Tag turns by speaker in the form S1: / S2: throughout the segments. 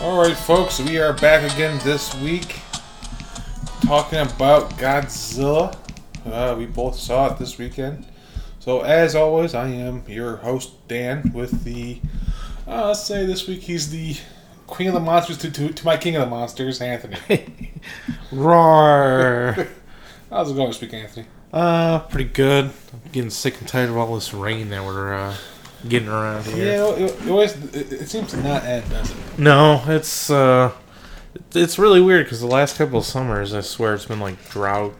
S1: All right, folks, we are back again this week talking about Godzilla. Uh, we both saw it this weekend. So, as always, I am your host, Dan, with the. Uh, let's say this week he's the Queen of the Monsters to, to, to my King of the Monsters, Anthony.
S2: Roar.
S1: How's it going this week, Anthony?
S2: uh, pretty good. I'm getting sick and tired of all this rain that we're uh, getting around here.
S1: Yeah, it, it always it, it seems to not end, does it?
S2: No, it's uh, it's really weird because the last couple of summers, I swear, it's been like drought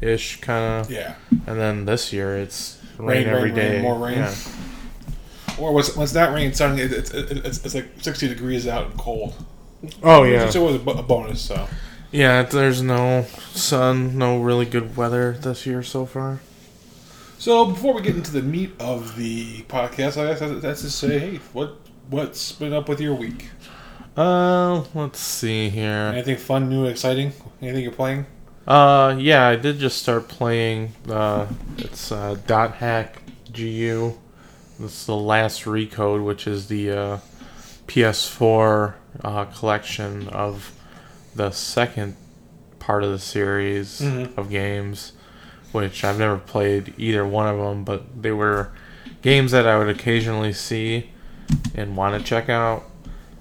S2: ish kind of,
S1: Yeah.
S2: and then this year it's
S1: Rain,
S2: rain, every
S1: rain,
S2: day.
S1: rain, more rain.
S2: Yeah.
S1: Or was when it's not raining, suddenly it, it's it, it's, it's like sixty degrees out and cold.
S2: Oh yeah,
S1: It's always a, bo- a bonus. So
S2: yeah. There's no sun, no really good weather this year so far.
S1: so before we get into the meat of the podcast, I guess that's- that's to say, hey, what what's been up with your week?
S2: Uh, let's see here.
S1: Anything fun, new, exciting? Anything you're playing?
S2: Uh, yeah, I did just start playing. Uh, it's uh, dot hack GU. That's the last recode, which is the uh, PS4 uh, collection of the second part of the series
S1: Mhm.
S2: of games, which I've never played either one of them, but they were games that I would occasionally see and want to check out.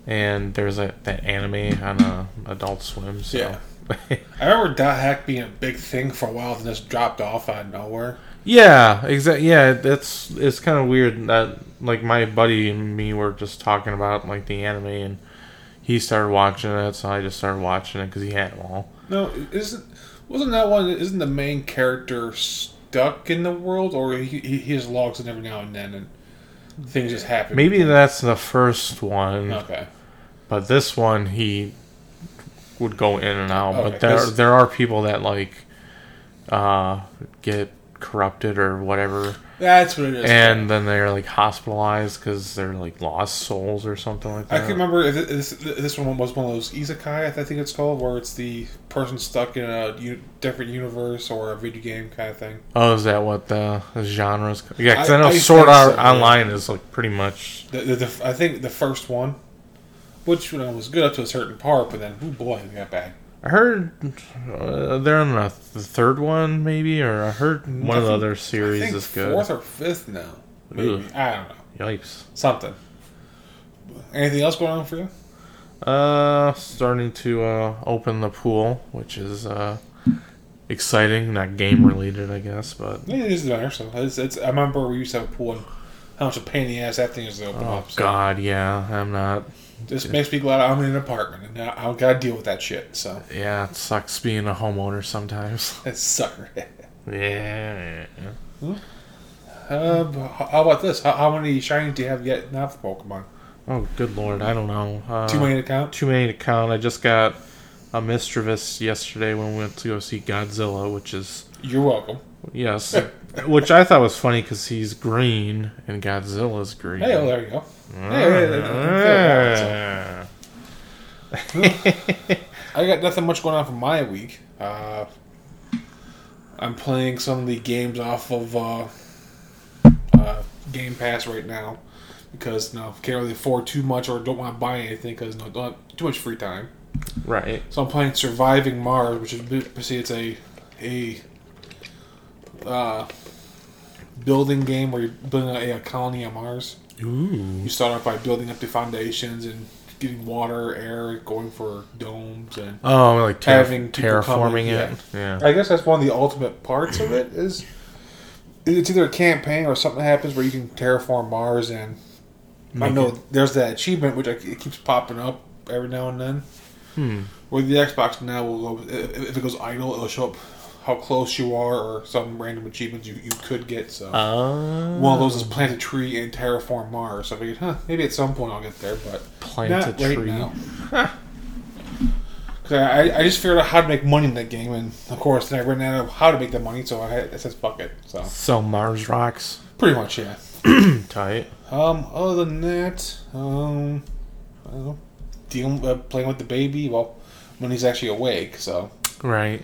S2: And there's a, that anime on uh, Adult Swim, so.
S1: I remember dot hack being a big thing for a while, then just dropped off out of nowhere.
S2: Yeah, exactly. Yeah, that's it's kind of weird that like my buddy and me were just talking about like the anime, and he started watching it, so I just started watching it because he had them all.
S1: No, isn't wasn't that one? Isn't the main character stuck in the world, or he he, he just logs in every now and then, and things just happen?
S2: Maybe that's the first one,
S1: Okay.
S2: but this one he would go in and out.
S1: Okay,
S2: but there
S1: 'cause-
S2: there are people that like uh get corrupted or whatever,
S1: That's what it is.
S2: and then they're like hospitalized because they're like lost souls or something like that.
S1: I can remember if this this one was one of those isekai, I think it's called, where it's the person stuck in a u- different universe or a video game kind of thing.
S2: Oh, is that what the genres? Yeah, because
S1: I-
S2: I, know
S1: I
S2: Sword
S1: think so,
S2: Art
S1: yeah.
S2: Online is like pretty much.
S1: The, the, the, I think the first one, which you know, was good up to a certain part, but then oh boy, it got bad.
S2: I heard uh, they're on a th- the third one, maybe, or I heard one of the
S1: think-
S2: other series
S1: I think
S2: is good.
S1: fourth or fifth now. Maybe.
S2: Ugh.
S1: I don't know
S2: Yikes!
S1: something. Anything else going on for you?
S2: Uh, starting to uh, open the pool, which is uh, exciting. Not game related, I guess, but
S1: Yeah, It is there, so it's, it's, I remember we used to have a pool and how much a pain in the ass that thing is to open
S2: oh
S1: up. So.
S2: god, yeah, I'm not.
S1: This makes me glad I'm in an apartment and now I've got to deal with that shit. So
S2: Yeah, it sucks being a homeowner sometimes.
S1: that's sucker.
S2: yeah.
S1: uh, but h- how about this? How, how many shinies do you have yet now for Pokemon?
S2: Oh good lord, I don't know. Uh,
S1: Too many to count.
S2: too many to count. I just got a mischievous yesterday when we went to go see Godzilla, which is
S1: You're welcome.
S2: yes, which I thought was funny because he's green and Godzilla's green.
S1: Hey, well, there you go. hey, hey, hey, I got nothing much going on for my week. Uh, I'm playing some of the games off of uh, uh, Game Pass right now because you know, can't really afford too much or don't want to buy anything because no, don't have too much free time.
S2: right.
S1: So I'm playing Surviving Mars, which is basically it's a a uh, building game where you're building a, a colony on Mars.
S2: Ooh.
S1: You start off by building up the foundations and getting water, air, going for domes, and
S2: Oh, like terra-
S1: Having people
S2: terraforming
S1: come-
S2: it. Yeah.
S1: I guess that's one of the ultimate parts of it is it's either a campaign or something happens where you can terraform Mars, and I
S2: Make
S1: know
S2: it-
S1: there's that achievement which I, it keeps popping up every now and then.
S2: Hmm.
S1: With the Xbox now, will go if if it goes idle, it'll show up how close you are or some random achievements you, you could get. So
S2: Uh,
S1: one of those is plant a tree and terraform Mars. So I figured, huh, maybe at some point I'll get there, but
S2: plant
S1: not
S2: a tree.
S1: right now. 'Cause I, I just figured out how to make money in that game, and of course, then I ran out of how to make the money, so I, had, I said, "Fuck it." So
S2: Sell Mars rocks. Hmm,
S1: pretty much, yeah.
S2: Tight.
S1: Um, other than that, um, I don't know, dealing, uh, playing with the baby. Well, when he's actually awake, so
S2: Right.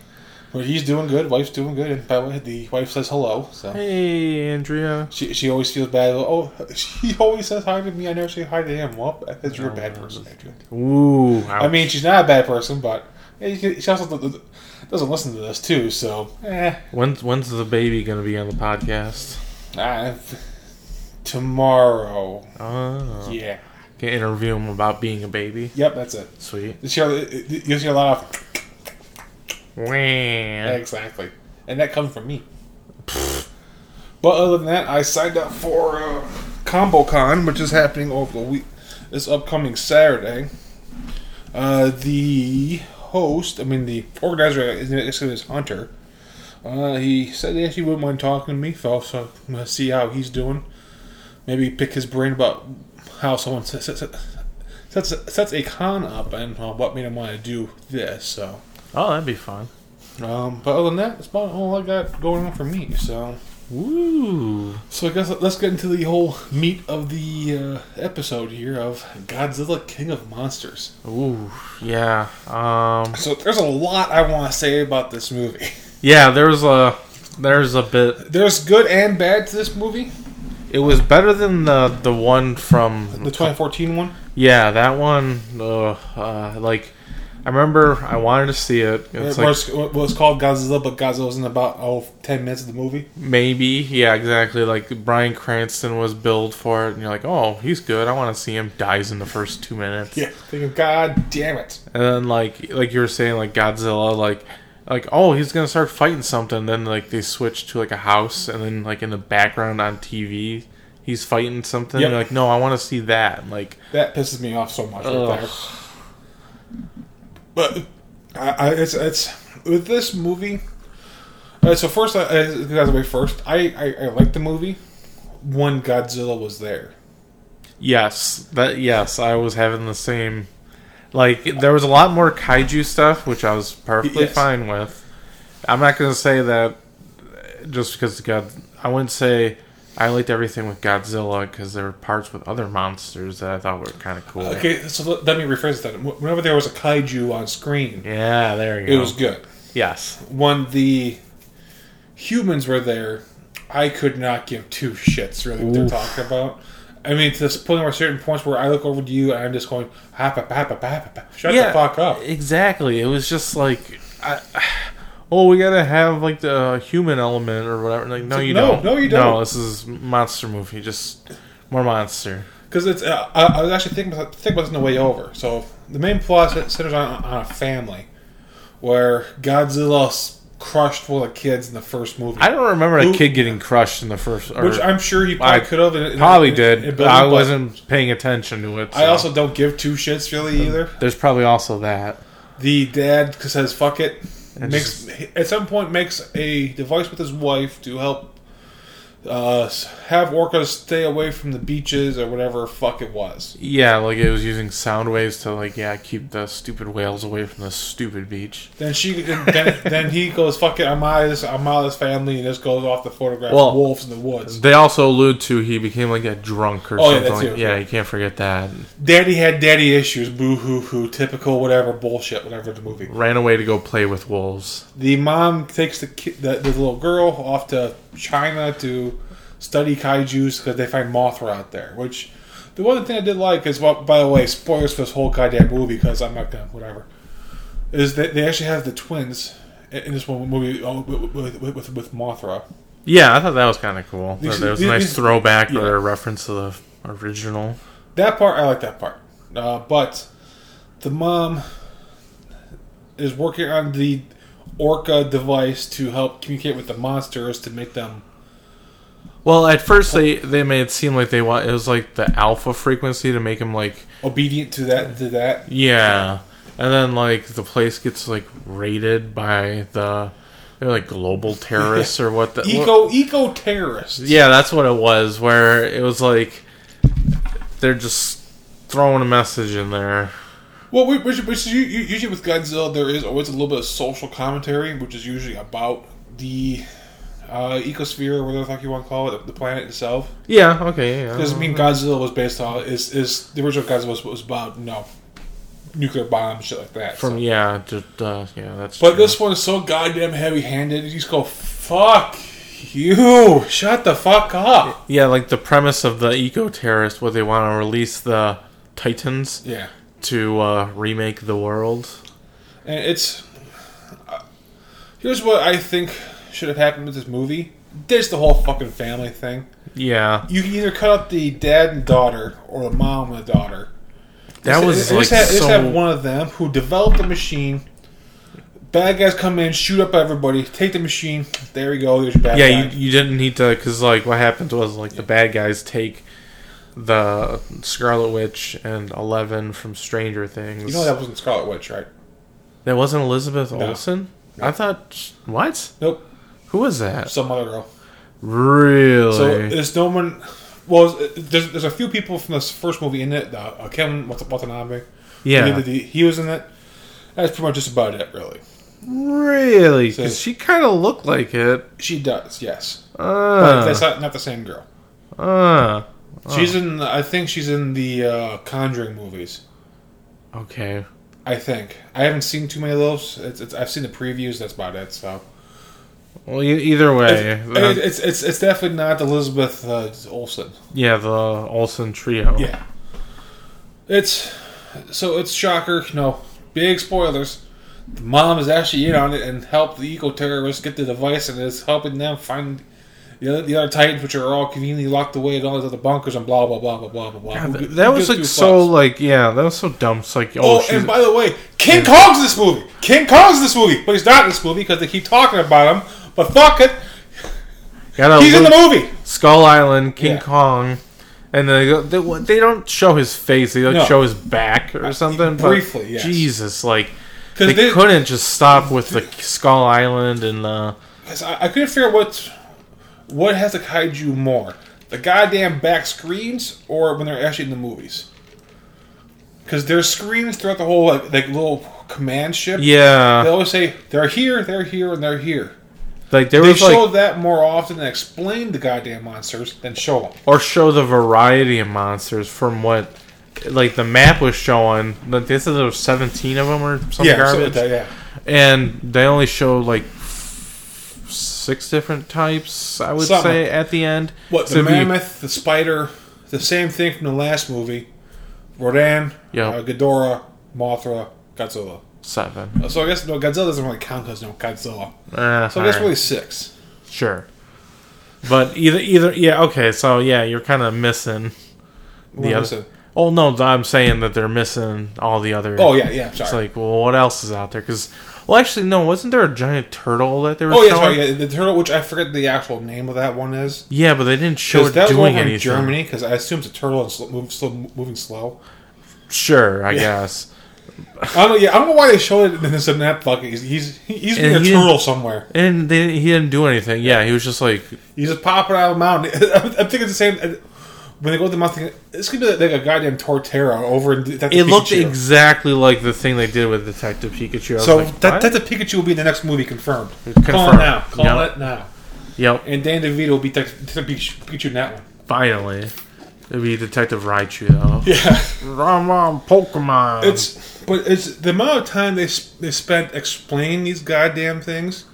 S1: But he's doing good. Wife's doing good. And by the way, the wife says hello. So
S2: Hey, Andrea.
S1: she she always feels bad. Oh, she always says hi to me. I never say hi to him. Well, because you're a bad person. Andrew.
S2: Ooh.
S1: I mean, she's not a bad person, but eh, she she also th- th- doesn't listen to this too. So eh,
S2: when's when's the baby gonna be on the podcast?
S1: I, tomorrow.
S2: Oh,
S1: Yeah.
S2: can interview him about being a baby.
S1: Yep. That's it.
S2: Sweet.
S1: You see, you see a lot of
S2: Wah.
S1: Exactly. And that comes from me. but other than that, I signed up for uh, ComboCon, which is happening over the week, this upcoming Saturday. Uh, the host, I mean, the organizer, his name is Hunter. Uh, he said he actually wouldn't mind talking to me, so so I'm gonna see how he's doing. Maybe pick his brain about how someone sets, sets, sets, sets a con up and uh, what made him want to do this, so.
S2: Oh, that'd be fun.
S1: Um, but other than that, that's about all I got going on for me. So,
S2: Woo.
S1: so I guess let's get into the whole meat of the uh, episode here of Godzilla, King of Monsters.
S2: Ooh. Yeah. Um.
S1: So there's a lot I want to say about this movie.
S2: Yeah. There's a there's a bit.
S1: There's good and bad to this movie.
S2: It was better than the the one from
S1: The 2014 one.
S2: Yeah, that one. Uh, uh, like, I remember I wanted to see it. It's
S1: It
S2: like
S1: was, it was called Godzilla, but Godzilla was in about oh, 10 minutes of the movie.
S2: maybe, yeah, exactly. Like Brian Cranston was billed for it, and you're like, oh, he's good. I want to see him. Dies in the first two minutes.
S1: Yeah. Thinking, God damn it.
S2: And then like like you were saying, like Godzilla, like like oh, he's gonna start fighting something. Then like they switch to like a house, and then like in the background on TV. He's fighting something.
S1: Yep.
S2: You're like, no, I want to see that. Like,
S1: That pisses me off so much
S2: Ugh.
S1: right there. But I, I, it's it's with this movie. Uh, so first, I, I, guys, way first, I I, I like the movie when Godzilla was there.
S2: Yes, that yes, I was having the same. Like there was a lot more kaiju stuff, which I was perfectly
S1: Yes.
S2: fine with. I'm not gonna say that just because God. I wouldn't say I liked everything with Godzilla because there were parts with other monsters that I thought were kind of cool.
S1: Okay, so let, let me rephrase that. Whenever there was a kaiju on screen,
S2: Yeah, there you
S1: it
S2: go.
S1: was good.
S2: yes,
S1: When the humans were there, I could not give two shits really what they're
S2: Oof.
S1: talking about. I mean, to this point where certain points where I look over to you and I'm just going, hap, hap, hap, hap, hap, hap, shut
S2: Yeah.
S1: the fuck up.
S2: exactly. It was just like, I, oh, we gotta have like the human element or whatever. Like, no,
S1: like,
S2: you
S1: no,
S2: don't.
S1: no, you
S2: No,
S1: don't.
S2: this is monster movie. Just more monster.
S1: Because it's uh, I, I was actually thinking about, thinking about this on the way over. So the main plot c- centers on, on a family where Godzilla s- crushed one of the kids in the first movie,
S2: I don't remember a
S1: Who-
S2: kid getting crushed in the first. Or
S1: which I'm sure he
S2: I
S1: probably could have.
S2: probably did, but I wasn't paying attention to it.
S1: I
S2: so.
S1: also don't give two shits really either.
S2: there's probably also that.
S1: The dad says "fuck it,"
S2: It's
S1: makes at some point makes a device with his wife to help uh, s- have orcas stay away from the beaches or whatever fuck it was.
S2: Yeah, like it was using sound waves to like yeah keep the stupid whales away from the stupid beach.
S1: Then she, then, then he goes, "Fuck it, I'm out of this. I'm out of this family," and just goes off to photograph
S2: Well-
S1: wolves in the woods.
S2: They also allude to he became like a drunk or
S1: Oh, yeah,
S2: something.
S1: that
S2: like-
S1: too.
S2: yeah, you can't forget that.
S1: Daddy had daddy issues. Boo hoo hoo. Typical whatever bullshit. Whatever the movie.
S2: Ran away to go play with wolves.
S1: The mom takes the ki- the, the little girl off to China to study kaiju's because they find Mothra out there. Which the one thing I did like is, well, by the way, spoilers for this whole goddamn movie because I'm not gonna whatever. Is that they actually have the twins in in this one movie oh, with, with, with, with Mothra.
S2: Yeah, I thought that was kind of cool.
S1: These-
S2: there was a
S1: these-
S2: nice
S1: these-
S2: throwback
S1: yeah.
S2: or a reference to the original.
S1: That part, I like that part. Uh, but the mom is working on the orca device to help communicate with the monsters to make them.
S2: Well, at first they they made it seem like they want it was like the alpha frequency to make him like
S1: Obedient to that, to that.
S2: Yeah, and then like the place gets like raided by the they're, like global terrorists or what the what-
S1: Eco, eco terrorists.
S2: yeah, that's what it was. Where it was like they're just throwing a message in there.
S1: Well, we- which, which is u- u- usually with Godzilla, there is always a little bit of social commentary, which is usually about the uh, ecosphere, whatever the fuck you want to call it, the planet itself.
S2: Yeah. Okay. Yeah.
S1: Because I mean, Godzilla was based on is is the original Godzilla was, was about you know nuclear bomb shit like that.
S2: From
S1: so.
S2: yeah, just uh, yeah, that's.
S1: But
S2: true.
S1: this one is so goddamn heavy handed. You just go, fuck you. Shut the fuck up.
S2: yeah, like the premise of the eco terrorist, what they want to release the Titans
S1: Yeah.
S2: to uh, remake the world.
S1: And it's. uh, here's what I think should have happened with this movie. There's the whole fucking family thing.
S2: Yeah,
S1: You can either cut up the dad and daughter, or the mom and the daughter.
S2: that was
S1: They
S2: like
S1: just had- they just had
S2: so.
S1: one of them who developed the machine. Bad guys come in, shoot up everybody, take the machine. There we go. There's your bad
S2: yeah,
S1: guy.
S2: you, you didn't need to because like what happened was like the bad guys take the Scarlet Witch and Eleven from Stranger Things.
S1: You know that wasn't Scarlet Witch, right?
S2: That wasn't Elizabeth
S1: No.
S2: Olsen. I thought what?
S1: Nope,
S2: Who was that?
S1: some other girl.
S2: Really?
S1: So uh, there's no one. Well, there's, there's a few people from this first movie in it. Uh, Kevin Wat- Watanabe. He,
S2: yeah.
S1: did the- he was in it. That's pretty much just about it, really.
S2: Really?
S1: So-
S2: Because she kind of looked like it.
S1: She does, yes. But
S2: Uh,
S1: that's not, not the same girl.
S2: uh,
S1: She's in. I think she's in the uh, Conjuring movies.
S2: okay.
S1: I think I haven't seen too many of those. It's, it's, I've seen the previews. That's about it. So
S2: Well, e- either way,
S1: it's,
S2: that-
S1: it's it's it's definitely not Elizabeth uh, Olsen.
S2: yeah, the Olsen trio.
S1: Yeah. It's so it's shocker. No big spoilers. The mom is actually in on it and helped the eco terrorists get the device and is helping them find the other, the other titans, which are all conveniently locked away in all these other bunkers and blah blah blah blah blah blah blah.
S2: God,
S1: Who
S2: th-
S1: gi-
S2: that
S1: who
S2: was
S1: gives
S2: like
S1: two
S2: so
S1: fucks?
S2: like yeah, that was so dumb. It's like oh,
S1: Oh,
S2: she's,
S1: and by the way, King Kong's in this movie. King Kong's in this movie, but he's not in this movie because they keep talking about him. But fuck it,
S2: gotta
S1: he's in the
S2: look-
S1: movie.
S2: Skull Island, King
S1: Yeah.
S2: Kong, and they go, they, what- they don't show his face. They like
S1: No. Uh,
S2: show his back or something. but
S1: briefly, yes.
S2: Jesus, like they,
S1: 'Cause they-
S2: couldn't just stop with the Skull Island and uh, the.
S1: Because I, I couldn't figure out what what has to kaiju more, the goddamn back screens or when they're actually in the movies. Because there's screens throughout the whole like, like little command ship. They
S2: Yeah,
S1: always say they're here, they're here, and they're here.
S2: like there
S1: They
S2: was
S1: show
S2: like
S1: that more often and explain the goddamn monsters than show them.
S2: or show the variety of monsters from what like the map was showing. Like they said there was seventeen of them or some
S1: something
S2: garbage,
S1: like that, yeah.
S2: and they only showed like f- six different types. I would
S1: Something.
S2: say at the end.
S1: What
S2: So
S1: the
S2: it'd be-
S1: mammoth, the spider, the same thing from the last movie. Rodan,
S2: Yeah.
S1: uh, Ghidorah, Mothra, Godzilla. Uh,
S2: Seven.
S1: So I guess no Godzilla doesn't really count because no Godzilla.
S2: Uh,
S1: So I guess
S2: alright.
S1: really six.
S2: Sure. But either either yeah, okay, so yeah, you're kind of missing the
S1: What
S2: other
S1: was it?
S2: Oh no, I'm saying that they're missing all the other
S1: Oh yeah, yeah.
S2: It's
S1: Sorry.
S2: like, well, what else is out there cuz well actually no, wasn't there a giant turtle that they were
S1: oh yeah,
S2: showing?
S1: sorry. Yeah, the turtle, which I forget the actual name of that one is.
S2: Yeah, but they didn't show
S1: Because
S2: it
S1: that was one
S2: doing
S1: from
S2: anything.
S1: Germany. Because I assume it's a turtle and slow, move, slow, moving slow.
S2: Sure, I guess.
S1: I don't know. Yeah, I don't know why they showed it in this in that bucket. He's he's, he's being
S2: And
S1: a
S2: he
S1: turtle somewhere.
S2: And they, he didn't do anything. Yeah, he was just like,
S1: He's just popping out of the mountain. I'm thinking the same. uh, When they go to the mountain, it's gonna be like a goddamn Torterra over in Detective
S2: it looked
S1: Pikachu.
S2: exactly like the thing they did with Detective Pikachu. I was
S1: so
S2: like,
S1: that,
S2: what?
S1: that's a Pikachu will be in the next movie confirmed. Call it
S2: Confirmed.
S1: now. Call
S2: Yep.
S1: it now.
S2: yep.
S1: And Dan DeVito will be Detective Detective Pikachu in that one.
S2: Finally, it'd be Detective Raichu though.
S1: Yeah.
S2: Rom Rom Pokemon.
S1: It's but it's the amount of time they sp- they spent explaining these goddamn things.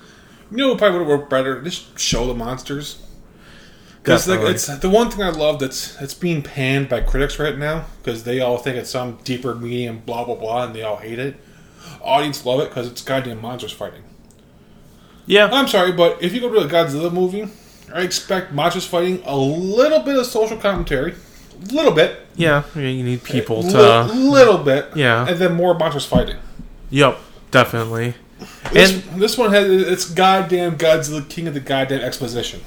S1: You know, what probably would have worked better. Just show the monsters. Because like
S2: Definitely.
S1: it's the one thing I love that's that's being panned by critics right now because they all think it's some deeper medium, blah blah blah, and they all hate it. Audience love it because it's goddamn monsters fighting.
S2: yeah.
S1: I'm sorry, but if you go to a Godzilla movie, I expect monsters fighting a little bit of social commentary, little bit,
S2: Yeah, I mean, you need people to.
S1: li- little bit,
S2: Yeah.
S1: and then more monsters fighting.
S2: yep, definitely.
S1: This,
S2: And
S1: this one has it's goddamn Godzilla King of the goddamn exposition.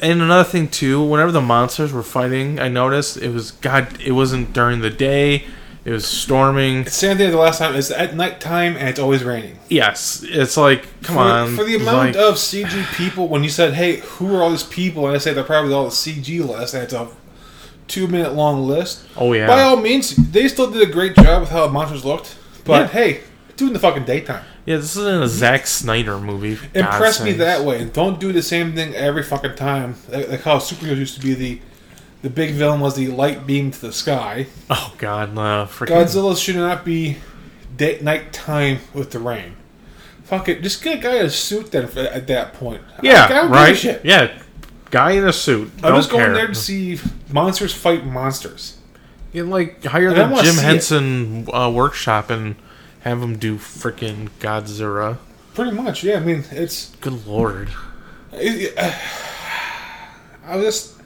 S2: and another thing too, whenever the monsters were fighting, I noticed it was God. It wasn't during the day. It was storming.
S1: Same thing as the last time. It's at nighttime and it's always raining.
S2: Yes, it's like come
S1: For,
S2: on.
S1: for the amount
S2: like,
S1: of CG people, when you said, "Hey, who are all these people?" and I say they're probably all the CG list, and it's a two-minute long list.
S2: Oh yeah.
S1: By all means, they still did a great job with how the monsters looked. But
S2: Yeah.
S1: hey, do it in the fucking daytime.
S2: yeah, this isn't a Zack Snyder movie. for God's
S1: Impress me
S2: sakes.
S1: that way, and don't do the same thing every fucking time. Like, like how superheroes used to be the The big villain was the light beam to the sky.
S2: Oh God, no! Freaking
S1: Godzilla should not be day, nighttime with the rain. Fuck it, just get a guy in a suit then. for- At that point, I
S2: Yeah,
S1: don't- I don't give a
S2: right.
S1: shit.
S2: Yeah, guy in a suit.
S1: I'm
S2: Don't
S1: just going
S2: care.
S1: there to see monsters fight monsters.
S2: Yeah, like hire
S1: I
S2: the
S1: don't wanna
S2: Jim
S1: see it.
S2: Henson uh, workshop and have him do freaking Godzilla.
S1: Pretty much, yeah. I mean, it's.
S2: Good lord.
S1: It, I was just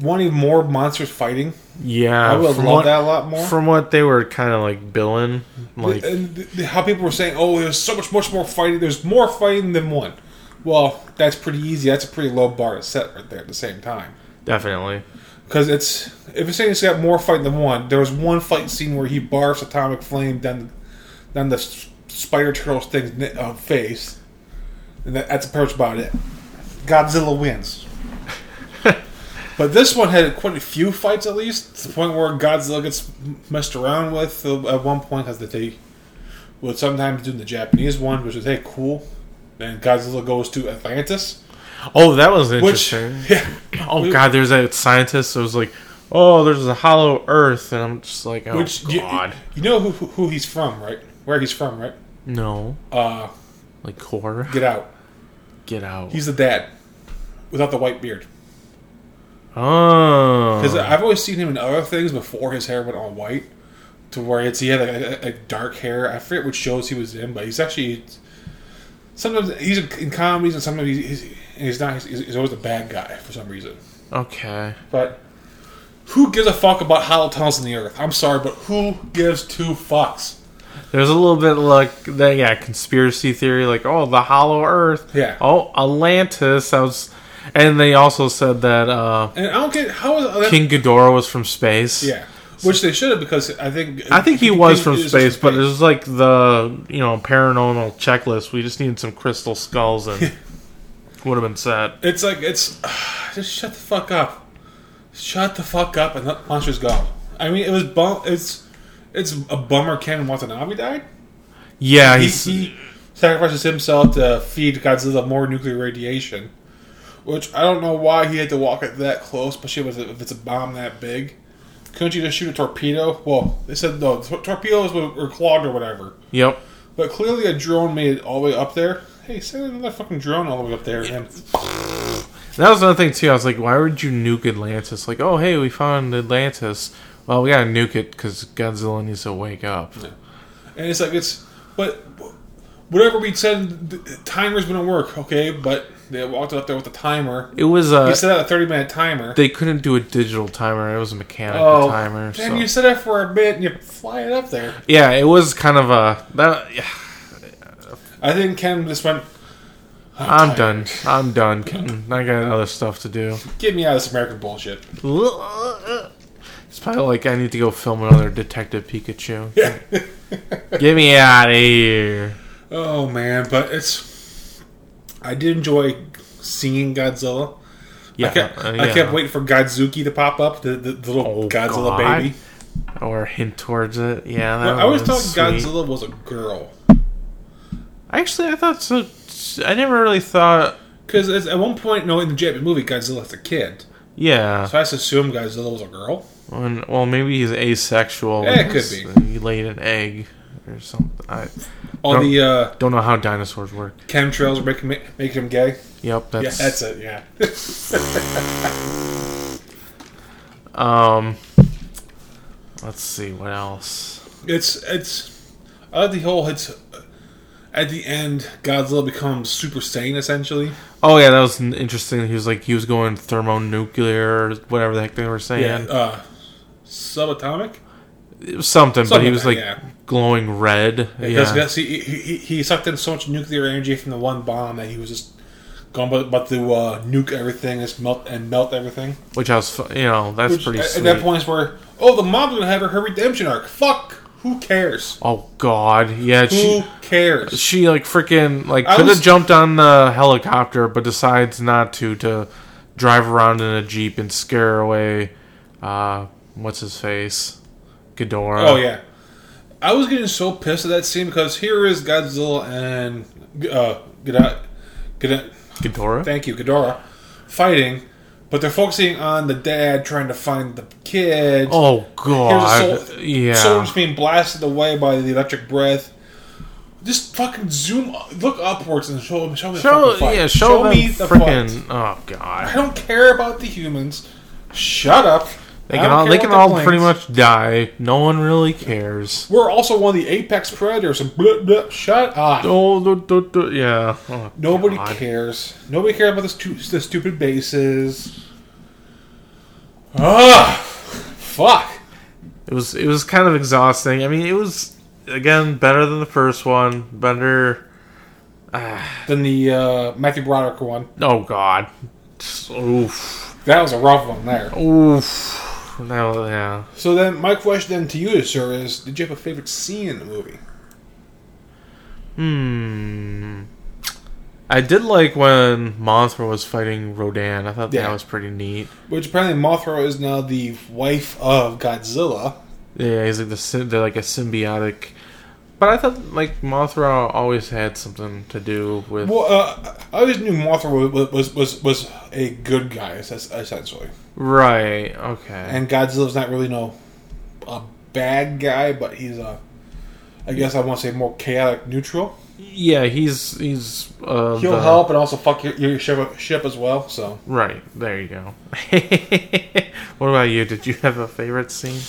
S1: wanting more monsters fighting.
S2: Yeah,
S1: I would love
S2: from what,
S1: that a lot more.
S2: From what they were kind of like billing, like
S1: and th- th- how people were saying, "Oh, there's so much, much more fighting. There's more fighting than one." Well, that's pretty easy. That's a pretty low bar to set right there. At the same time,
S2: definitely.
S1: because it's if you're saying it's got more fight than one, there was one fight scene where he barfs atomic flame down down the s- spider turtle's thing's ni- uh, face, and that, that's pretty much about it. Godzilla wins. But this one had quite a few fights, at least to the point where Godzilla gets m- messed around with uh, at one point, because they would sometimes do the Japanese one, which is hey cool. Then Godzilla goes to Atlantis,
S2: Oh, that was
S1: which
S2: interesting.
S1: yeah,
S2: oh God, there's that scientist that was like, "Oh, there's a hollow Earth," and I'm just like, "Oh
S1: which you,
S2: God,
S1: you know who, who who he's from, right? Where he's from, right?
S2: no!"
S1: Uh,
S2: Like core,
S1: get out.
S2: get out.
S1: He's the dad without the white beard.
S2: oh,
S1: Because I've always seen him in other things before his hair went all white, to where it's he had a, a, a dark hair. I forget which shows he was in, but he's actually sometimes he's in, in comedies and sometimes he's, he's and he's not. He's, he's always a bad guy for some reason.
S2: okay.
S1: But who gives a fuck about hollow tunnels in the earth? I'm sorry, but who gives two fucks?
S2: There's a little bit like that, yeah, conspiracy theory, like oh, the Hollow Earth,
S1: Yeah.
S2: oh, Atlantis. I was, and they also said that uh,
S1: And I don't get how is that,
S2: King Ghidorah was from space.
S1: yeah, which they should have because I think
S2: I think he was from
S1: is
S2: space, but it was like the you know paranormal checklist. We just needed some crystal skulls and would have been set.
S1: It's like it's just shut the fuck up, shut the fuck up, and let monsters go. I mean, it was bum. It's it's a bummer. Ken Watanabe died.
S2: Yeah,
S1: He,
S2: he's
S1: he sacrifices himself to feed Godzilla more nuclear radiation, which I don't know why he had to walk it that close. Especially with if it's a bomb that big, couldn't you just shoot a torpedo? Well, they said no. Tor- torpedoes were, were clogged or whatever.
S2: yep.
S1: But clearly, a drone made it all the way up there. Hey, send another fucking drone all the way up there, and
S2: That was another thing too. I was like, why would you nuke Atlantis? Like, oh hey, we found Atlantis. Well, we gotta nuke it because Godzilla needs to wake up.
S1: And it's like it's, but whatever we said, the timers wouldn't work. Okay, but they walked up there with a timer.
S2: It was uh,
S1: You set out a thirty-minute timer.
S2: They couldn't do a digital timer. It was a mechanical
S1: oh,
S2: timer.
S1: man,
S2: so-
S1: you set it for a bit and you fly it up there.
S2: Yeah, it was kind of a. That, yeah,
S1: I think Ken just went.
S2: I'm
S1: tired.
S2: done. I'm done. Ken. I got other stuff to do.
S1: Get me out of this American bullshit.
S2: It's probably like I need to go film another Detective Pikachu.
S1: Yeah.
S2: Get me out of here.
S1: oh man, but it's. I did enjoy seeing Godzilla.
S2: Yeah,
S1: I kept,
S2: uh,
S1: I
S2: yeah.
S1: kept waiting for Godzuki to pop up, the, the, the little
S2: Oh,
S1: Godzilla
S2: God.
S1: baby.
S2: Or hint towards it. Yeah, that
S1: I always
S2: was
S1: thought
S2: Oh, sweet.
S1: Godzilla was a girl.
S2: Actually, I thought so. I never really thought.
S1: Because at one point, no, in the Japanese movie, Godzilla's a kid.
S2: Yeah.
S1: So I just assumed Godzilla was a girl.
S2: When, well, maybe he's asexual.
S1: Yeah, it
S2: because
S1: could
S2: He laid an egg or something. I
S1: All
S2: No.
S1: the uh,
S2: don't know how dinosaurs work.
S1: chemtrails are making making him gay.
S2: Yep,
S1: Yeah,
S2: that's,
S1: that's it. Yeah.
S2: Um, let's see what else.
S1: it's it's I like the whole it's uh, at the end Godzilla becomes Super Saiyan essentially.
S2: Oh yeah, that was n- interesting. He was like he was going thermonuclear, or whatever the heck they were saying,
S1: Uh, subatomic.
S2: It was something, But he
S1: Something
S2: was
S1: like
S2: like
S1: that,
S2: glowing red.
S1: Because
S2: Yeah,
S1: he, he he sucked in so much nuclear energy from the one bomb that he was just going about, about to uh, nuke everything, just melt and melt everything.
S2: which I was, fu- you know, that's
S1: Which,
S2: pretty
S1: at,
S2: sweet.
S1: at that point is where oh the mom's gonna have her, her redemption arc. Fuck, who cares?
S2: oh god, yeah,
S1: Who
S2: she
S1: cares?
S2: she like freaking like
S1: I
S2: could
S1: was-
S2: have jumped on the helicopter, but decides not to to drive around in a jeep and scare away. Uh, what's his face? Ghidorah.
S1: Oh yeah, I was getting so pissed at that scene because here is Godzilla and uh, Ghidorah, Ghidorah.
S2: Ghidorah.
S1: Thank you, Ghidorah, fighting, But they're focusing on the dad trying to find the kid.
S2: Oh god.
S1: Here's a sol-
S2: yeah.
S1: Solar's being blasted away by the electric breath. Just fucking zoom, look upwards and show, show me the
S2: show
S1: fucking fight.
S2: yeah, show, them
S1: me the
S2: freaking
S1: fight.
S2: oh
S1: I
S2: god.
S1: don't care about the humans. Shut up.
S2: They
S1: I
S2: can
S1: don't
S2: all
S1: care
S2: they can
S1: about the
S2: all
S1: planes.
S2: pretty much die. No one really cares.
S1: We're also one of the apex predators. And blah, blah, shut up.
S2: Oh, do, do, do, yeah. Oh,
S1: Nobody
S2: God.
S1: cares. Nobody cares about the, stu- the stupid bases. Ah, fuck.
S2: It was it was kind of exhausting. I mean, it was again better than the first one. Better. ah,
S1: Then the uh, Matthew Broderick one.
S2: Oh God. Just- Oof.
S1: That was a rough one there.
S2: Oof. No. Yeah.
S1: So then, my question then to you, sir, is: Did you have a favorite scene in the movie?
S2: Hmm. I did like when Mothra was fighting Rodan. I thought
S1: Yeah.
S2: that was pretty neat.
S1: Which apparently Mothra is now the wife of Godzilla.
S2: Yeah, he's like the sym- they're like a symbiotic. But I thought like Mothra always had something to do with.
S1: Well, uh, I always knew Mothra was was was, was a good guy es- essentially,
S2: Right. Okay.
S1: and Godzilla's not really no a bad guy, but he's a I guess I want to say more chaotic neutral.
S2: yeah, he's he's. Uh,
S1: He'll
S2: the-
S1: help and also fuck your, your ship, ship as well. So
S2: Right, there you go. what about you? Did you have a favorite scene?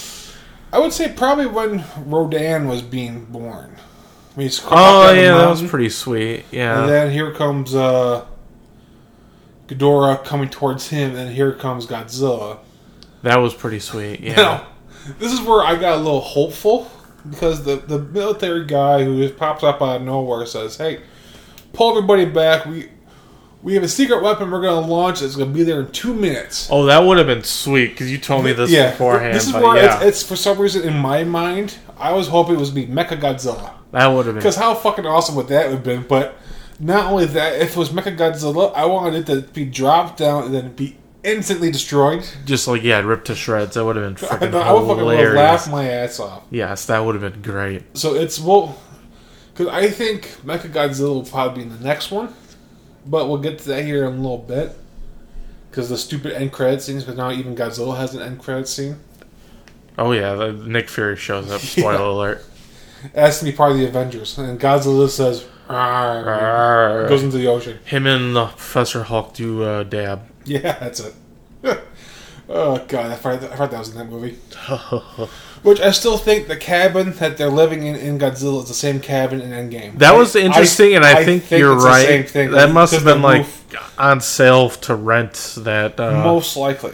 S1: I would say probably when Rodan was being born. I mean, he's crawling
S2: Oh
S1: up the
S2: yeah, that was
S1: mountain.
S2: pretty sweet.
S1: And
S2: Yeah.
S1: then here comes uh, Ghidorah coming towards him, and here comes Godzilla.
S2: That was pretty sweet. Yeah.
S1: Now, this is where I got a little hopeful because the, the military guy who just pops up out of nowhere says, "Hey, pull everybody back. We we have a secret weapon. We're going to launch. It's going to be there in two minutes."
S2: Oh, that would have been sweet because you told me this
S1: yeah,
S2: beforehand.
S1: This is
S2: but
S1: where
S2: yeah,
S1: it's, it's for some reason in my mind. I was hoping it was be Mecha Godzilla.
S2: that would have been.
S1: Because how fucking awesome would that have been? But not only that, if it was Mecha Godzilla, I wanted it to be dropped down and then be instantly destroyed.
S2: just like yeah, ripped to shreds. That would have been
S1: I,
S2: freaking
S1: thought I would fucking would have
S2: hilarious.
S1: laughed my ass off.
S2: yes, that would have been great.
S1: So it's well, because I think Mecha Godzilla will probably be in the next one, but we'll get to that here in a little bit. Because the stupid end credit scenes, because now even Godzilla has an end credit scene.
S2: Oh yeah, the, Nick Fury shows up. Spoiler alert.
S1: That's gonna be part of the Avengers, and Godzilla says, "Arr,"
S2: Arr.
S1: goes into the ocean.
S2: Him and the Professor Hulk do uh, dab.
S1: Yeah, that's it. oh god, I thought, I thought that was in that movie. Which I still think the cabin that they're living in in Godzilla is the same cabin in Endgame.
S2: That was interesting, and I,
S1: I
S2: think,
S1: think
S2: you're
S1: it's the
S2: right.
S1: same thing.
S2: That must have
S1: Just
S2: been
S1: the
S2: like
S1: roof.
S2: on sale to rent. That uh,
S1: most likely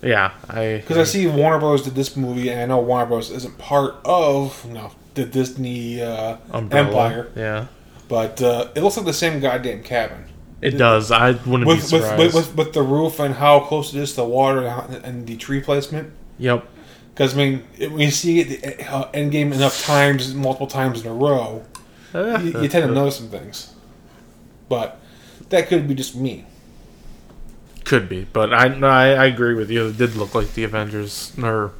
S2: yeah, I
S1: because I see Warner Bros. did this movie, and I know Warner Bros. isn't part of you know, the Disney uh,
S2: Umbrella.
S1: Empire,
S2: Yeah,
S1: but uh, it looks like the same goddamn cabin
S2: it does. I wouldn't be
S1: with with,
S2: surprised.
S1: with, with with the roof and how close it is to the water and how- and the tree placement.
S2: yep.
S1: Because I mean, it- when you see it, uh, Endgame enough times, multiple times in a row,
S2: Eh,
S1: you, you tend to notice some things. But that could be just me.
S2: Could be, but I, no, I I agree with you. It did look like the Avengers or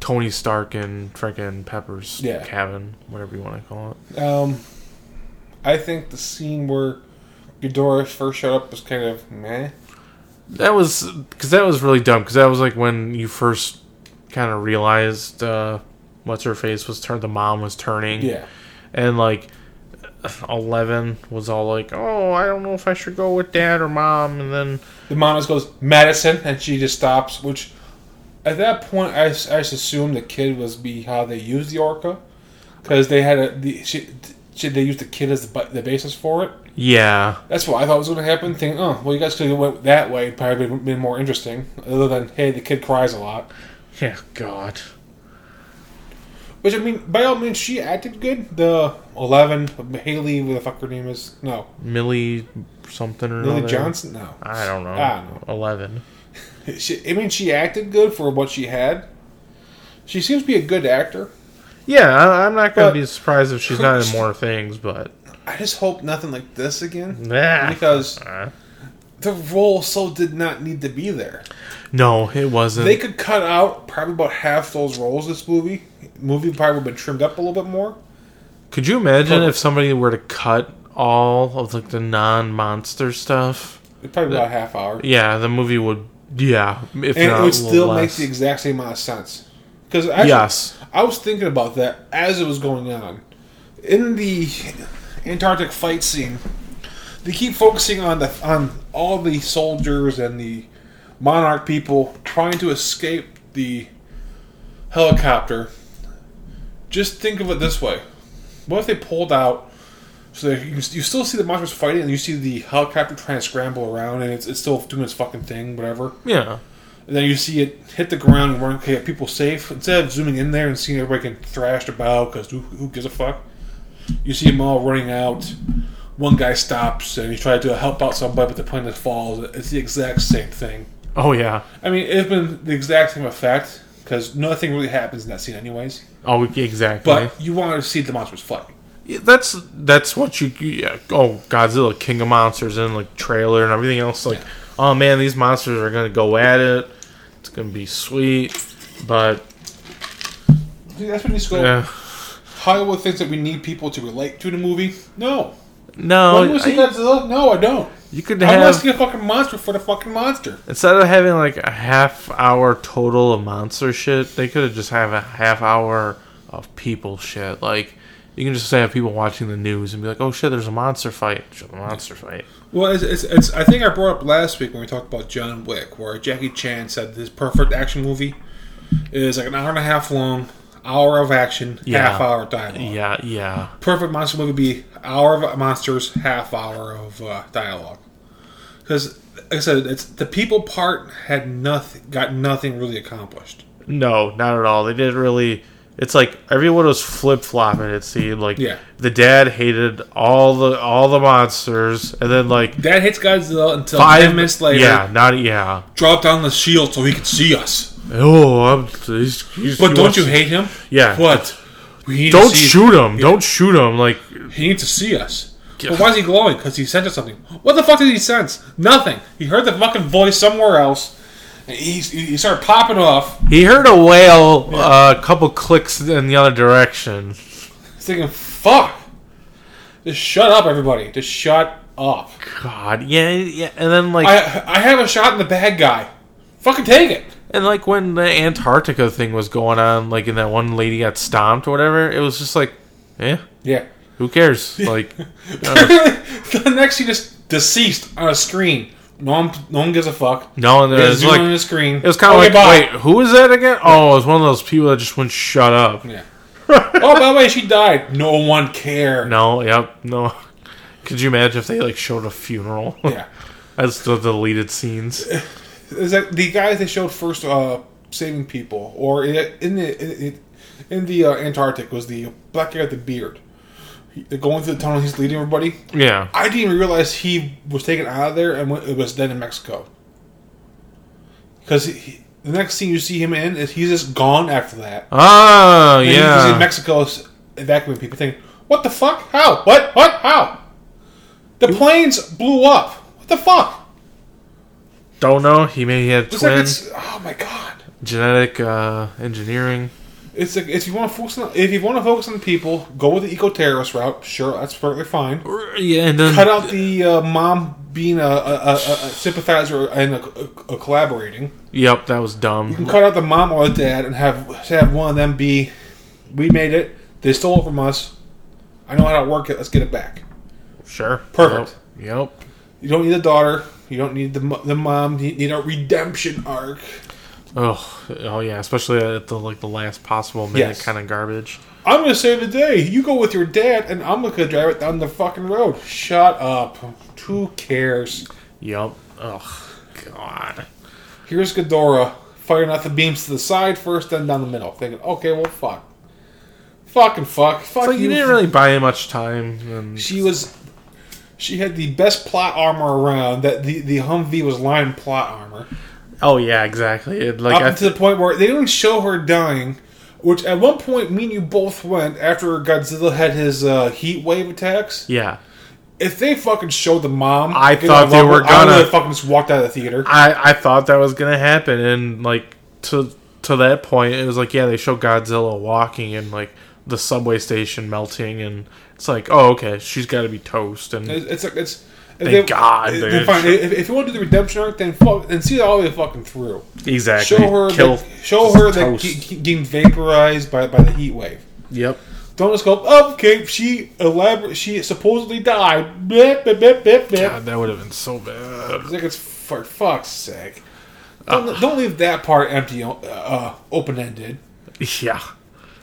S2: Tony Stark and freaking Pepper's
S1: Yeah.
S2: cabin, whatever you want to call it.
S1: Um, I think the scene where Ghidorah first showed up was kind of meh.
S2: That was because that was really dumb. Because that was like when you first kind of realized uh, what's her face was turned. The mom was turning.
S1: Yeah,
S2: and like 11 was all like oh i don't know if i should go with dad or mom and then
S1: the mom just goes Madison, and she just stops. Which at that point, I, s- I just assumed the kid was be how they used the orca because they had a the she, she they used the kid as the, bu- the basis for it.
S2: yeah
S1: That's what I thought was going to happen. Thinking, oh, well, you guys could have went that way. Probably been, been more interesting. Other than, hey, the kid cries a lot.
S2: yeah god
S1: Which I mean, by all means, she acted good. The eleven Haley, what the fuck her name is? No,
S2: millie something or
S1: Lily
S2: other.
S1: Johnson. No,
S2: i don't know
S1: I don't
S2: 11
S1: She, I mean, she acted good for what she had. She seems to be a good actor.
S2: yeah I, i'm not gonna
S1: But-
S2: be surprised if she's not in more things but
S1: I just hope nothing like this again
S2: nah.
S1: because
S2: Uh,
S1: the role so did not need to be there.
S2: no it wasn't
S1: They could cut out probably about half those roles. This movie, movie probably would have been trimmed up a little bit more.
S2: could you imagine if somebody were to cut all of like the non-monster stuff
S1: Probably about a half hour.
S2: yeah the movie would Yeah, if
S1: and
S2: not,
S1: it
S2: a
S1: would still
S2: little
S1: make
S2: less.
S1: the exact same amount of sense. Because I,
S2: yes,
S1: I was thinking about that as it was going on. In the Antarctic fight scene, they keep focusing on the on all the soldiers and the monarch people trying to escape the helicopter. Just think of it this way: what if they pulled out? So that you, you still see the monsters fighting, and you see the helicopter trying to scramble around, and it's, it's still doing its fucking thing, whatever.
S2: yeah,
S1: And then you see it hit the ground and run, okay, are people safe? Instead of zooming in there and seeing everybody getting thrashed about, because who, who gives a fuck? You see them all running out. One guy stops and he tried to help out somebody, but the plane falls. It's the exact same thing.
S2: oh yeah,
S1: I mean, it's been the exact same effect, because nothing really happens in that scene, anyways.
S2: oh exactly.
S1: But you want to see the monsters fight.
S2: Yeah, that's that's what you yeah, oh Godzilla King of Monsters and like trailer and everything else like oh man these monsters are gonna go at it it's gonna be sweet but eh,
S1: See, that's when you just go,
S2: yeah
S1: Hollywood thinks that we need people to relate to the movie. No.
S2: no
S1: when we see
S2: I-
S1: Godzilla? No, I don't.
S2: you could
S1: I want to
S2: have
S1: see a fucking monster for the fucking monster.
S2: instead of having like a half hour total of monster shit they could have just have a half hour of people shit like you can just have people watching the news and be like oh shit there's a monster fight show the monster fight
S1: Well, it's, it's, it's, I think I brought up last week when we talked about John Wick, where Jackie Chan said this perfect action movie is like an hour and a half long, hour of action,
S2: Yeah.
S1: half hour dialogue.
S2: yeah yeah
S1: Perfect monster movie would be hour of monsters, half hour of uh, dialogue. Because, like I said, it's the people part had nothing, got nothing really accomplished.
S2: No, not at all. They did really. It's like everyone was flip flopping. It seemed like
S1: Yeah.
S2: the dad hated all the all the monsters, and then like
S1: Dad hits Godzilla until
S2: five
S1: ten minutes later.
S2: Yeah, not yeah.
S1: Drop down the shield so he can see us.
S2: Oh, I'm, he's, he's,
S1: But
S2: he
S1: don't
S2: wants-
S1: you hate him?
S2: Yeah.
S1: What? We need to
S2: Don't
S1: see-
S2: shoot him! Don't shoot him! Like
S1: He needs to see us.
S2: Yeah.
S1: But why is he glowing? Because he sent us something. What the fuck did he sense? Nothing. He heard the fucking voice somewhere else. And he, he started popping off.
S2: he heard a whale uh, a couple clicks in the other direction.
S1: He's thinking, fuck. Just shut up, everybody. Just shut up.
S2: God, yeah, yeah. And then like
S1: I, I have a shot in the bad guy. Fucking take it.
S2: And like when the Antarctica thing was going on, like and that one lady got stomped or whatever, it was just like, eh,
S1: Yeah.
S2: who cares? Like.
S1: the next, he just deceased on a screen. No one, no one gives a fuck.
S2: No, and
S1: They
S2: it was
S1: zoom
S2: like
S1: on the screen.
S2: it was kind of
S1: Okay,
S2: like,
S1: bye.
S2: wait, who is that again? Oh, it was one of those people that just wouldn't shut up.
S1: Yeah. oh, by the way, she died. No one cared.
S2: No, yep, no. Could you imagine if they like showed a funeral?
S1: Yeah.
S2: That's the deleted scenes.
S1: is that the guys they showed first uh, saving people, or in, in the in, in the uh, Antarctic was the black guy with the beard. He, they're going through the tunnel. He's leading everybody.
S2: Yeah,
S1: I didn't even realize he was taken out of there and went, it was then in Mexico. Because the next scene you see him in is he's just gone after that.
S2: ah,
S1: And he- he's in
S2: yeah,
S1: Mexico s- evacuating people. Thinking, what the fuck? How? What? What? How? The planes blew up. What the fuck?
S2: don't know. He may have
S1: It's like
S2: twin
S1: it's oh my god.
S2: genetic uh, engineering.
S1: It's like if you want to focus on if you want to focus on the people, go with the eco terrorist route. Sure, that's perfectly fine.
S2: Yeah, and then
S1: Cut out the uh, mom being a, a, a, a sympathizer and a, a, a collaborating.
S2: yep, that was
S1: You
S2: dumb.
S1: can cut out the mom or the dad and have have one of them be, we made it. They stole it from us. I know how to work it. Let's get it back.
S2: Sure,
S1: Perfect.
S2: Yep. yep.
S1: You don't need the daughter. You don't need the mo- the mom. You need a redemption arc.
S2: Oh, oh yeah, especially at the like the last possible minute
S1: Yes.
S2: kind of garbage.
S1: I'm gonna save the day. You go with your dad, and I'm gonna drive it down the fucking road. Shut up. Who cares?
S2: Yep. Oh God.
S1: Here's Ghidorah firing out the beams to the side first, then down the middle. Thinking, okay, well, fuck, fucking fuck, fuck
S2: It's like
S1: you.
S2: you didn't really buy much time. And
S1: She was, she had the best plot armor around. That the the Humvee was lined plot armor
S2: oh yeah, exactly. It, like
S1: up
S2: I,
S1: to the point where they didn't show her dying. Which at one point, me and you both went after Godzilla had his uh, heat wave attacks.
S2: yeah,
S1: If they fucking showed the mom,
S2: I
S1: getting
S2: thought
S1: on
S2: they
S1: level,
S2: were
S1: I
S2: gonna-
S1: would've fucking just walked out of the theater.
S2: I I thought that was gonna happen, and like to to that point, it was like yeah, they show Godzilla walking and like the subway station melting, and it's like oh okay, she's got to be toast, and
S1: It's, it's like it's
S2: Thank God,
S1: If,
S2: dude.
S1: then fine. If, if you want to do the redemption arc, then fuck, then see it all the way fucking through.
S2: Exactly.
S1: Show her,
S2: Kill.
S1: that, show her that
S2: toast.
S1: g- g- getting vaporized by, by the heat wave.
S2: Yep.
S1: Don't just go, oh, okay, she elabor- she supposedly died. Blip, blip, blip, blip, blip.
S2: God, that would have been so bad.
S1: It's like it's for fuck's sake. Don't, don't leave that part empty, uh, uh, open ended.
S2: Yeah.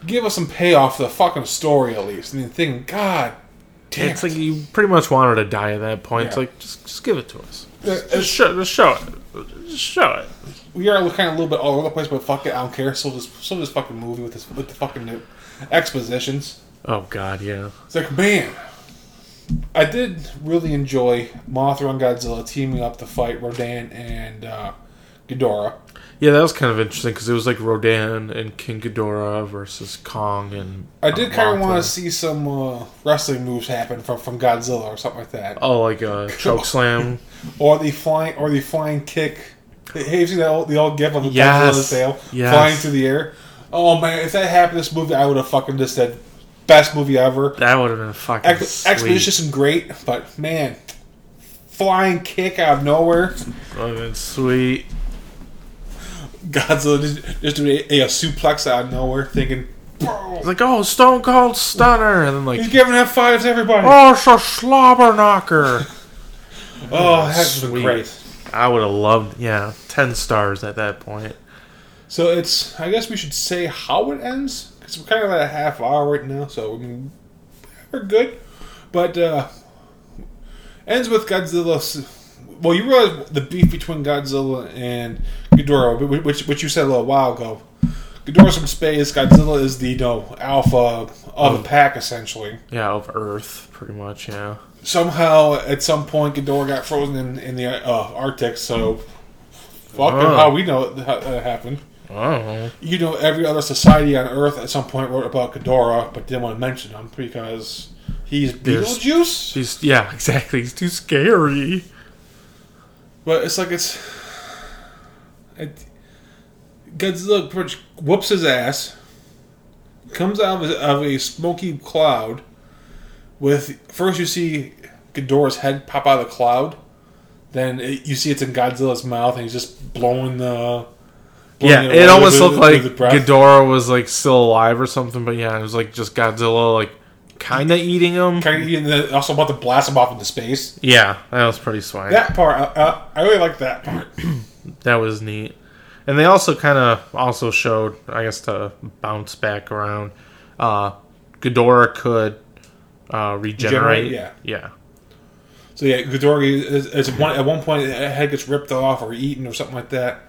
S1: Give us some payoff for the fucking story at least. And then think, God damn.
S2: It's like you pretty much want her to die at that point. It's
S1: Yeah.
S2: like just just give it to us.
S1: Yeah,
S2: Just, just show, just show it. Just show it.
S1: we are kind of a little bit all over the place, but fuck it, I don't care. So just so this fucking movie with this with the fucking expositions.
S2: Oh God, yeah.
S1: It's like man, I did really enjoy Mothra and Godzilla teaming up to fight Rodan and uh, Ghidorah.
S2: Yeah, that was kind of interesting because it was like Rodan and King Ghidorah versus Kong and. uh,
S1: I did kind of want to
S2: to.
S1: see some uh, wrestling moves happen from from Godzilla or something like that,
S2: Oh, like a choke slam.
S1: or the flying or the flying kick. Have you seen that old, the old gif of the
S2: Yes.
S1: Godzilla's tail
S2: Yes.
S1: flying through the air? Oh man, if that happened in this movie, I would have fucking just said best movie ever.
S2: That would have been fucking
S1: Ex-
S2: sweet.
S1: expeditious and great, but man, flying kick out of nowhere.
S2: That would have been sweet.
S1: Godzilla just, just did a, a suplex out of nowhere, thinking, "Bro,
S2: It's like, oh, Stone Cold Stunner, and then
S1: he's
S2: like,
S1: giving F fives to everybody. Oh,
S2: oh, it's a slobber knocker.
S1: that's
S2: sweet.
S1: been great.
S2: I would have loved, yeah, ten stars at that point.
S1: So it's, I guess we should say how it ends because we're kind of at a half hour right now, so I mean, we're good. But uh ends with Godzilla. s- Well, you realize the beef between Godzilla and Ghidorah, wh- wh- which which you said a little while ago. Ghidorah's from space. Godzilla is the you know, alpha of the pack, essentially.
S2: Yeah, of Earth, pretty much. Yeah,
S1: Somehow, at some point, Ghidorah got frozen in, in the uh, Arctic. So, fucking
S2: Oh.
S1: how we know it, how that happened.
S2: oh,
S1: you know every other society on Earth at some point wrote about Ghidorah, but didn't want to mention him because he's
S2: There's-
S1: Beetlejuice.
S2: she's yeah, exactly. It's too scary.
S1: But it's like it's it, Godzilla pretty much whoops his ass, comes out of, of a smoky cloud. With first you see Ghidorah's head pop out of the cloud, then it, you see it's in Godzilla's mouth, and he's just blowing the. blowing
S2: Yeah,
S1: away
S2: it almost
S1: with-
S2: looked
S1: with
S2: like
S1: the breath.
S2: Ghidorah was like still alive or something, but yeah, it was like just Godzilla like kind of eating him.
S1: Kind of, and then also about to blast him off into space.
S2: Yeah, that was pretty swag.
S1: That part, uh, uh, I really like that part.
S2: That was neat. And they also kind of also showed, I guess, to bounce back around. Uh, Ghidorah could uh, regenerate.
S1: Regenerate, yeah.
S2: yeah,
S1: So yeah, Ghidorah is, is one, at one point a head gets ripped off or eaten or something like that.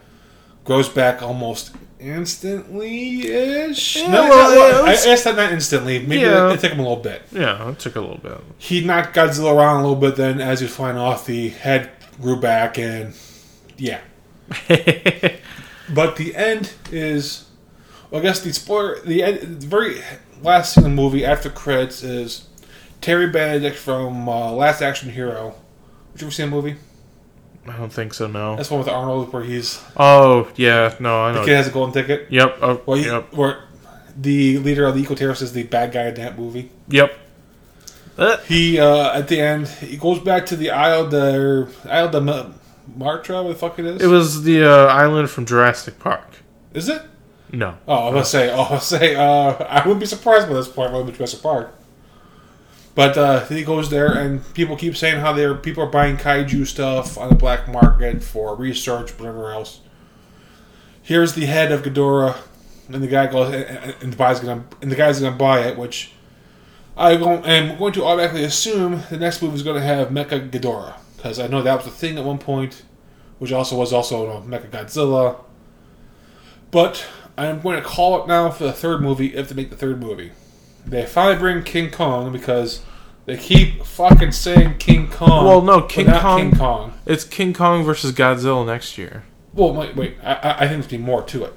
S1: Grows back almost instantly ish.
S2: Yeah,
S1: no,
S2: well,
S1: not-
S2: it
S1: I
S2: was-
S1: guess that not instantly. Maybe
S2: Yeah.
S1: it, it took him a little bit.
S2: yeah. It took a little bit.
S1: He knocked Godzilla around a little bit. Then as he was flying off, the head grew back and yeah. But the end is, well, I guess the spoiler, the, end, the very last scene of the movie after credits is Terry Benedict from uh, Last Action Hero. Did you ever see that movie?
S2: I don't think so. No.
S1: That's the one with Arnold where he's
S2: Oh yeah, no, I
S1: the
S2: know.
S1: kid has a golden ticket.
S2: Yep. Oh,
S1: Well, he,
S2: yep.
S1: where the leader of the Eco Terrorists is the bad guy in that movie.
S2: Yep. Uh,
S1: He uh, at the end he goes back to the Isle de Isle de Ma- Martra. What the fuck it is?
S2: it was the uh, island from Jurassic Park.
S1: is it?
S2: No.
S1: Oh, I was gonna say, oh, I was gonna say, uh, I wouldn't be surprised by this point. I would be Jurassic Park. But uh, he goes there, and people keep saying how they're people are buying kaiju stuff on the black market for research, whatever else. Here's the head of Ghidorah, and the guy goes and, and- and buys gonna and the guy's gonna buy it, which I won't- am going to automatically assume the next movie is going to have Mecha Ghidorah because I know that was the thing at one point, which also was also you know, Mecha Godzilla. But I'm going to call it now for the third movie if they make the third movie. They finally bring King Kong because they keep fucking saying King Kong.
S2: Well, no,
S1: but
S2: King
S1: not
S2: Kong-
S1: King Kong.
S2: It's King Kong versus Godzilla next year.
S1: Well, wait, wait. I, I- I think there's be more to it.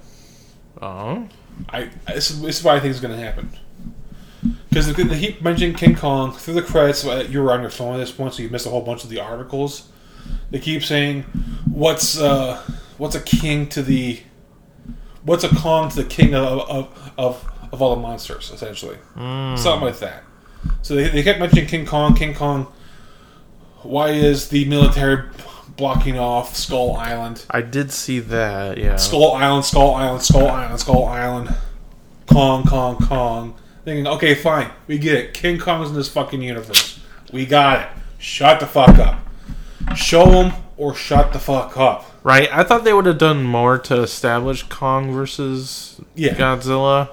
S2: Oh.
S1: I this is, this is what I think is going to happen. Because they keep mentioning King Kong through the credits. uh, You were on your phone at this point, so you missed a whole bunch of the articles. They keep saying, "What's uh, what's a king to the, what's a Kong to the king of of of, of all the monsters?" Essentially, something like that. So they, they kept mentioning King Kong, King Kong. Why is the military blocking off Skull Island?
S2: I did see that. Yeah.
S1: Skull Island, Skull Island, Skull Island, Skull Island. Kong, Kong, Kong. Thinking, okay, fine, we get it. King Kong's in this fucking universe. We got it. Shut the fuck up. Show him or shut the fuck up.
S2: Right. I thought they would have done more to establish Kong versus
S1: Yeah.
S2: Godzilla.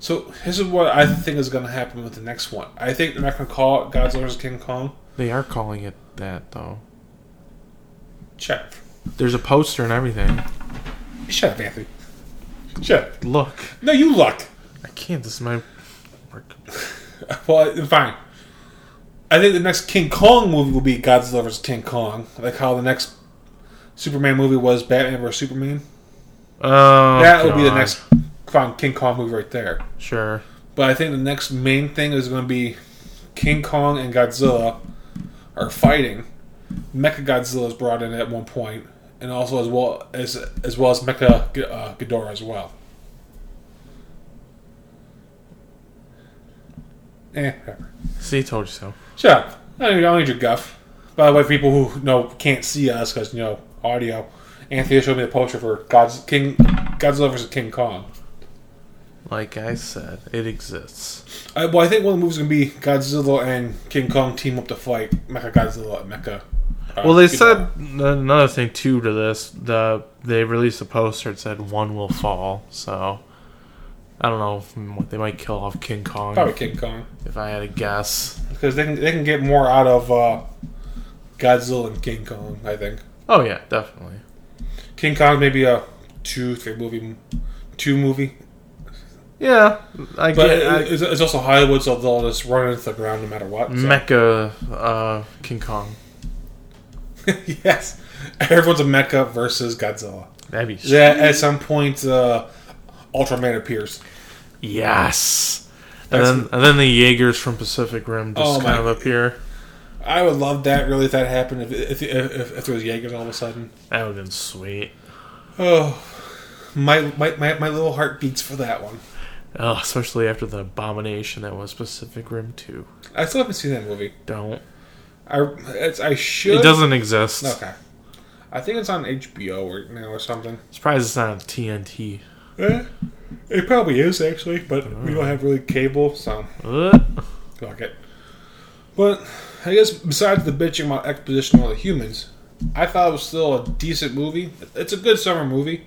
S1: So this is what I think is going to happen with the next one. I think they're not going to call it Godzilla vs. King Kong.
S2: They are calling it that though.
S1: Shut
S2: There's a poster and everything.
S1: up. Shut up, Anthony. Shut up.
S2: Look,
S1: No, you look.
S2: I can't. This is my work.
S1: Well, fine. I think the next King Kong movie will be Godzilla vs. King Kong. Like how the next Superman movie was Batman vs. Superman.
S2: Oh,
S1: that would be the
S2: God.
S1: next Kong- King Kong movie right there.
S2: Sure.
S1: But I think the next main thing is going to be King Kong and Godzilla are fighting. Mecha Godzilla is brought in at one point, and also as well as as well as Mecha G- uh, Ghidorah as well. Eh, whatever.
S2: See, told you so.
S1: Shut up. I don't, I don't need your guff. By the way, people who know can't see us because you know audio. Anthony showed me the poster for God's King Godzilla versus King Kong.
S2: Like I said, it exists.
S1: I, well, I think one of the movies is gonna be Godzilla and King Kong team up to fight Mecha Godzilla and Mecha. uh,
S2: Well, they
S1: Ghidorah.
S2: said another thing too to this. The they released a poster. It said one will fall. So I don't know. If, they might kill off King Kong.
S1: probably King Kong
S2: If I had to guess.
S1: because they can they can get more out of uh, Godzilla and King Kong. I think
S2: Oh yeah, definitely.
S1: King Kong maybe a two three movie two movie,
S2: Yeah, I
S1: but
S2: get. I,
S1: it- it's, it's also Hollywood, so they'll just run into the ground no matter what. so.
S2: Mecha uh, King Kong.
S1: yes. Everyone's a mecha versus Godzilla.
S2: That'd be
S1: Yeah, at some point, uh, Ultraman appears.
S2: yes. And
S1: That's-
S2: then, and then the Jaegers from Pacific Rim just
S1: Oh,
S2: kind of
S1: my-
S2: appear.
S1: I would love that, really, if that happened, if, if, if, if there was Jaegers all of a sudden.
S2: That would have been sweet.
S1: Oh, my, my, my, my little heart beats for that one.
S2: Oh, especially after the abomination that was Pacific Rim 2.
S1: I still haven't seen that movie.
S2: Don't.
S1: I, it's, I should.
S2: It doesn't exist.
S1: Okay. I think it's on HBO right now or something.
S2: Surprised it's not on TNT.
S1: Eh, it probably is, actually, but we don't have really cable, so.
S2: Uh,
S1: Fuck it. But I guess besides the bitching about Exposition of the Humans, I thought it was still a decent movie. It's a good summer movie.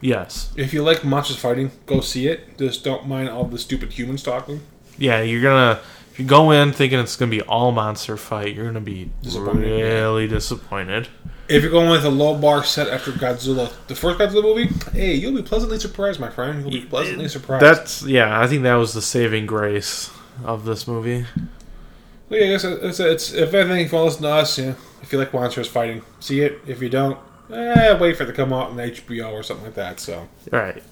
S2: yes.
S1: If you like monsters fighting, go see it. Just don't mind all the stupid humans talking.
S2: Yeah, you're gonna. If you go in thinking it's gonna be all monster fight, you're gonna be
S1: Disappointed.
S2: really disappointed.
S1: If you're going with a low bar set after Godzilla, the first Godzilla movie, hey, you'll be pleasantly surprised, my friend. You'll be pleasantly surprised.
S2: That's yeah. I think that was the saving grace of this movie.
S1: Well, yeah, I guess it's, it's, if anything, if you listen to us, you know, if you like monsters fighting, see it. If you don't, eh, wait for it to come out on HBO or something like that. So.
S2: All right.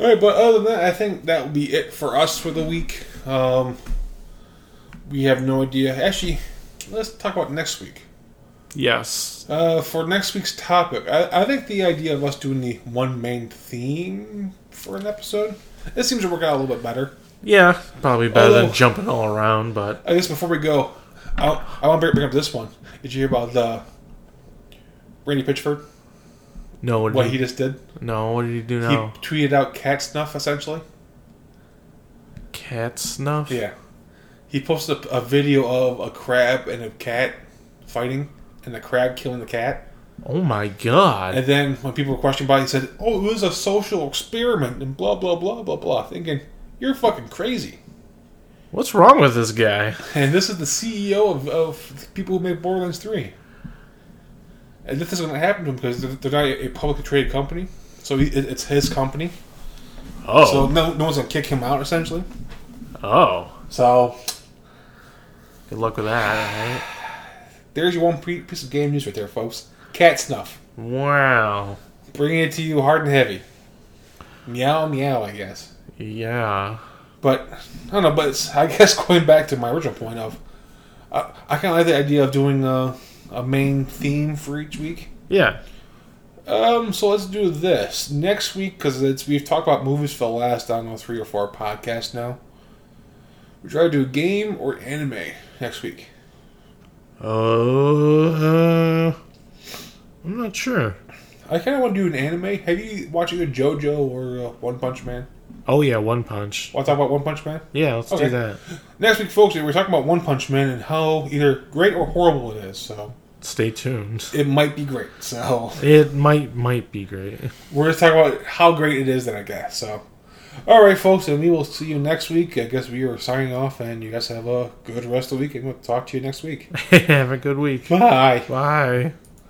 S1: All right, but other than that, I think that will be it for us for the week. Um, we have no idea. Actually, let's talk about next week.
S2: Yes.
S1: Uh, for next week's topic, I, I think the idea of us doing the one main theme for an episode, it seems to work out a little bit better.
S2: Yeah, probably better
S1: Oh.
S2: than jumping all around, but
S1: I guess before we go, I, I want to bring up this one. Did you hear about uh, Randy Pitchford?
S2: no. What did
S1: What
S2: he,
S1: he just did?
S2: no, what did he do
S1: He
S2: now?
S1: tweeted out cat snuff, essentially.
S2: Cat snuff.
S1: Yeah. He posted a, a video of a crab and a cat fighting, and the crab killing the cat.
S2: Oh my god.
S1: And then when people were questioning about it, he said, Oh, it was a social experiment, and blah, blah, blah, blah, blah. Thinking, you're fucking crazy.
S2: What's wrong with this guy?
S1: And this is the CEO of, of the people who made Borderlands 3. And this is going to happen to him because they're, they're not a a publicly traded company. So he, it, it's his company. So
S2: Oh.
S1: no, no one's going to kick him out, essentially.
S2: oh.
S1: So
S2: Good luck with that.
S1: there's your one pre- piece of game news right there, folks. Cat snuff.
S2: all right? Wow.
S1: bringing it to you hard and heavy. Meow, meow, I guess.
S2: Yeah.
S1: But I don't know. But it's, I guess going back to my original point of, I, I kind of like the idea of doing a, a main theme for each week.
S2: Yeah.
S1: Um, so let's do this next week because it's we've talked about movies for the last I don't know three or four podcasts now. We try to do game or anime next week.
S2: Uh, I'm not sure.
S1: I kind of want to do an anime. Have you watched either JoJo or uh, One Punch Man?
S2: Oh yeah, One Punch.
S1: Want to talk about One Punch Man?
S2: Yeah, let's
S1: Okay.
S2: do that.
S1: Next week, folks, we're talking about One Punch Man and how either great or horrible it is. So
S2: Stay tuned.
S1: it might be great. So
S2: It might might be great.
S1: we're just talking about how great it is, then I guess. So, all right, folks, and we will see you next week. I guess we are signing off, and you guys have a good rest of the week, and we'll talk to you next week.
S2: Have a good week.
S1: Bye.
S2: Bye.